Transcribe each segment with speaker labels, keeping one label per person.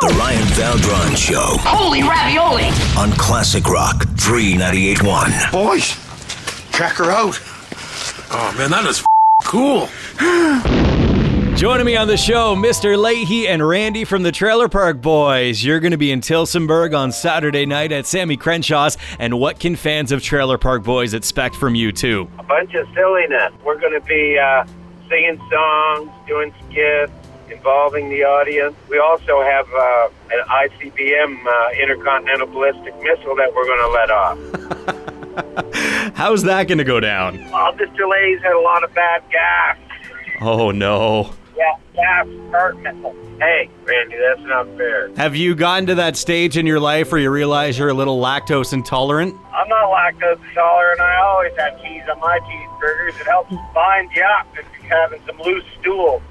Speaker 1: The Ryan Valdron Show
Speaker 2: Holy ravioli!
Speaker 1: on Classic Rock 398.1.
Speaker 3: Boys, check her out.
Speaker 4: Oh man, that is f- cool.
Speaker 5: Joining me on the show, Mr. Leahy and Randy from the Trailer Park Boys. You're going to be in Tilsonburg on Saturday night at Sammy Crenshaw's. And what can fans of Trailer Park Boys expect from you two?
Speaker 6: bunch of silliness. We're going to be uh, singing songs, doing skits, involving the audience. We also have uh, an ICBM uh, intercontinental ballistic missile that we're going to let off.
Speaker 5: How's that going to go down?
Speaker 6: All this delays had a lot of bad gas.
Speaker 5: Oh no!
Speaker 6: Yeah, gas hurt missile. Hey, Randy, that's not fair.
Speaker 5: Have you gotten to that stage in your life where you realize you're a little lactose intolerant?
Speaker 6: I'm not lactose intolerant. I always have cheese on my cheeseburgers. It helps bind you up if you're having some loose stool.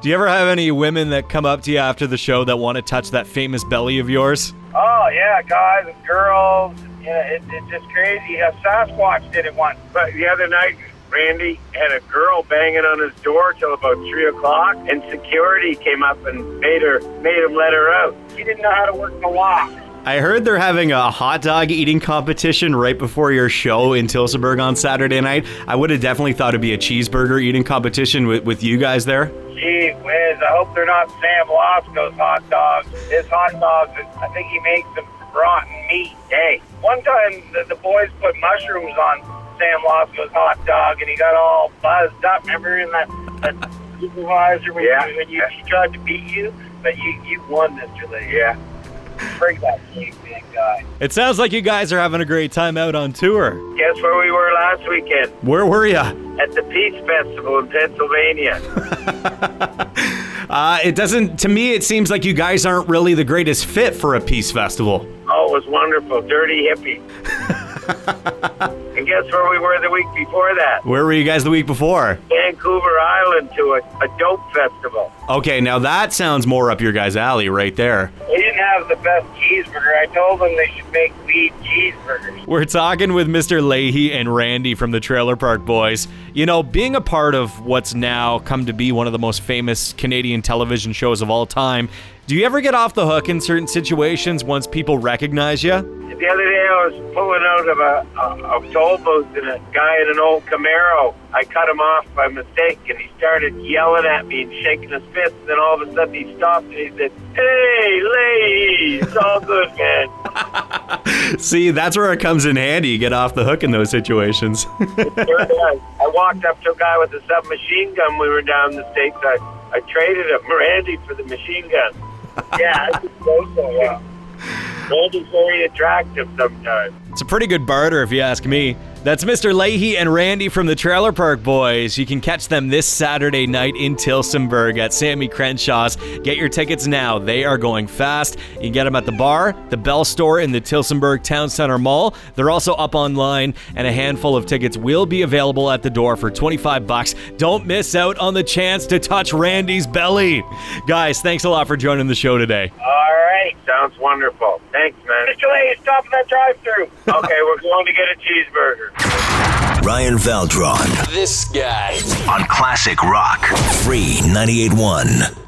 Speaker 5: Do you ever have any women that come up to you after the show that want to touch that famous belly of yours?
Speaker 6: Oh yeah, guys and girls. Yeah, it, it's just crazy. A Sasquatch did it once. But the other night, Randy had a girl banging on his door till about three o'clock, and security came up and made her made him let her out. She didn't know how to work the lock.
Speaker 5: I heard they're having a hot dog eating competition right before your show in Tilsonburg on Saturday night. I would have definitely thought it'd be a cheeseburger eating competition with, with you guys there.
Speaker 6: Gee whiz! I hope they're not Sam Lasco's hot dogs. His hot dogs, I think he makes them rotten meat. Hey, one time the, the boys put mushrooms on Sam Lasco's hot dog, and he got all buzzed up. Remember in that, that supervisor when, you, when you, she tried to beat you, but you you won, Mister Lee. Yeah. Bring that big big guy.
Speaker 5: It sounds like you guys are having a great time out on tour.
Speaker 6: Guess where we were last weekend?
Speaker 5: Where were you?
Speaker 6: At the Peace Festival in Pennsylvania.
Speaker 5: Uh, it doesn't, to me, it seems like you guys aren't really the greatest fit for a peace festival.
Speaker 6: Oh, it was wonderful. Dirty hippie. and guess where we were the week before that?
Speaker 5: Where were you guys the week before?
Speaker 6: Vancouver Island to a, a dope festival.
Speaker 5: Okay, now that sounds more up your guys' alley right there.
Speaker 6: They didn't have the best cheeseburger. I told them they should make weed cheeseburgers.
Speaker 5: We're talking with Mr. Leahy and Randy from the Trailer Park Boys. You know, being a part of what's now come to be one of the most famous Canadian television shows of all time, do you ever get off the hook in certain situations once people recognize you?
Speaker 6: The other day I was pulling out of a, a, a toll booth and a guy in an old Camaro. I cut him off by mistake and he started yelling at me and shaking his fist. And then all of a sudden he stopped and he said, Hey, lady, it's all good, man.
Speaker 5: See, that's where it comes in handy. You get off the hook in those situations.
Speaker 6: Sure does. I walked up to a guy with a submachine gun. when We were down in the states. I, I traded him Randy for the machine gun. Yeah, I think so. so yeah. Randy's very attractive sometimes.
Speaker 5: It's a pretty good barter, if you ask me. That's Mr. Leahy and Randy from the Trailer Park Boys. You can catch them this Saturday night in Tilsonburg at Sammy Crenshaw's. Get your tickets now. They are going fast. You can get them at the bar, the Bell Store, in the Tilsonburg Town Center Mall. They're also up online, and a handful of tickets will be available at the door for 25 bucks. Don't miss out on the chance to touch Randy's belly. Guys, thanks a lot for joining the show today.
Speaker 6: All right. Sounds wonderful. Thanks, man. Mr. Lee, stop at that drive through. okay, we're going to get a cheeseburger.
Speaker 1: Ryan Valdron
Speaker 2: This guy.
Speaker 1: on Classic Rock 398.1.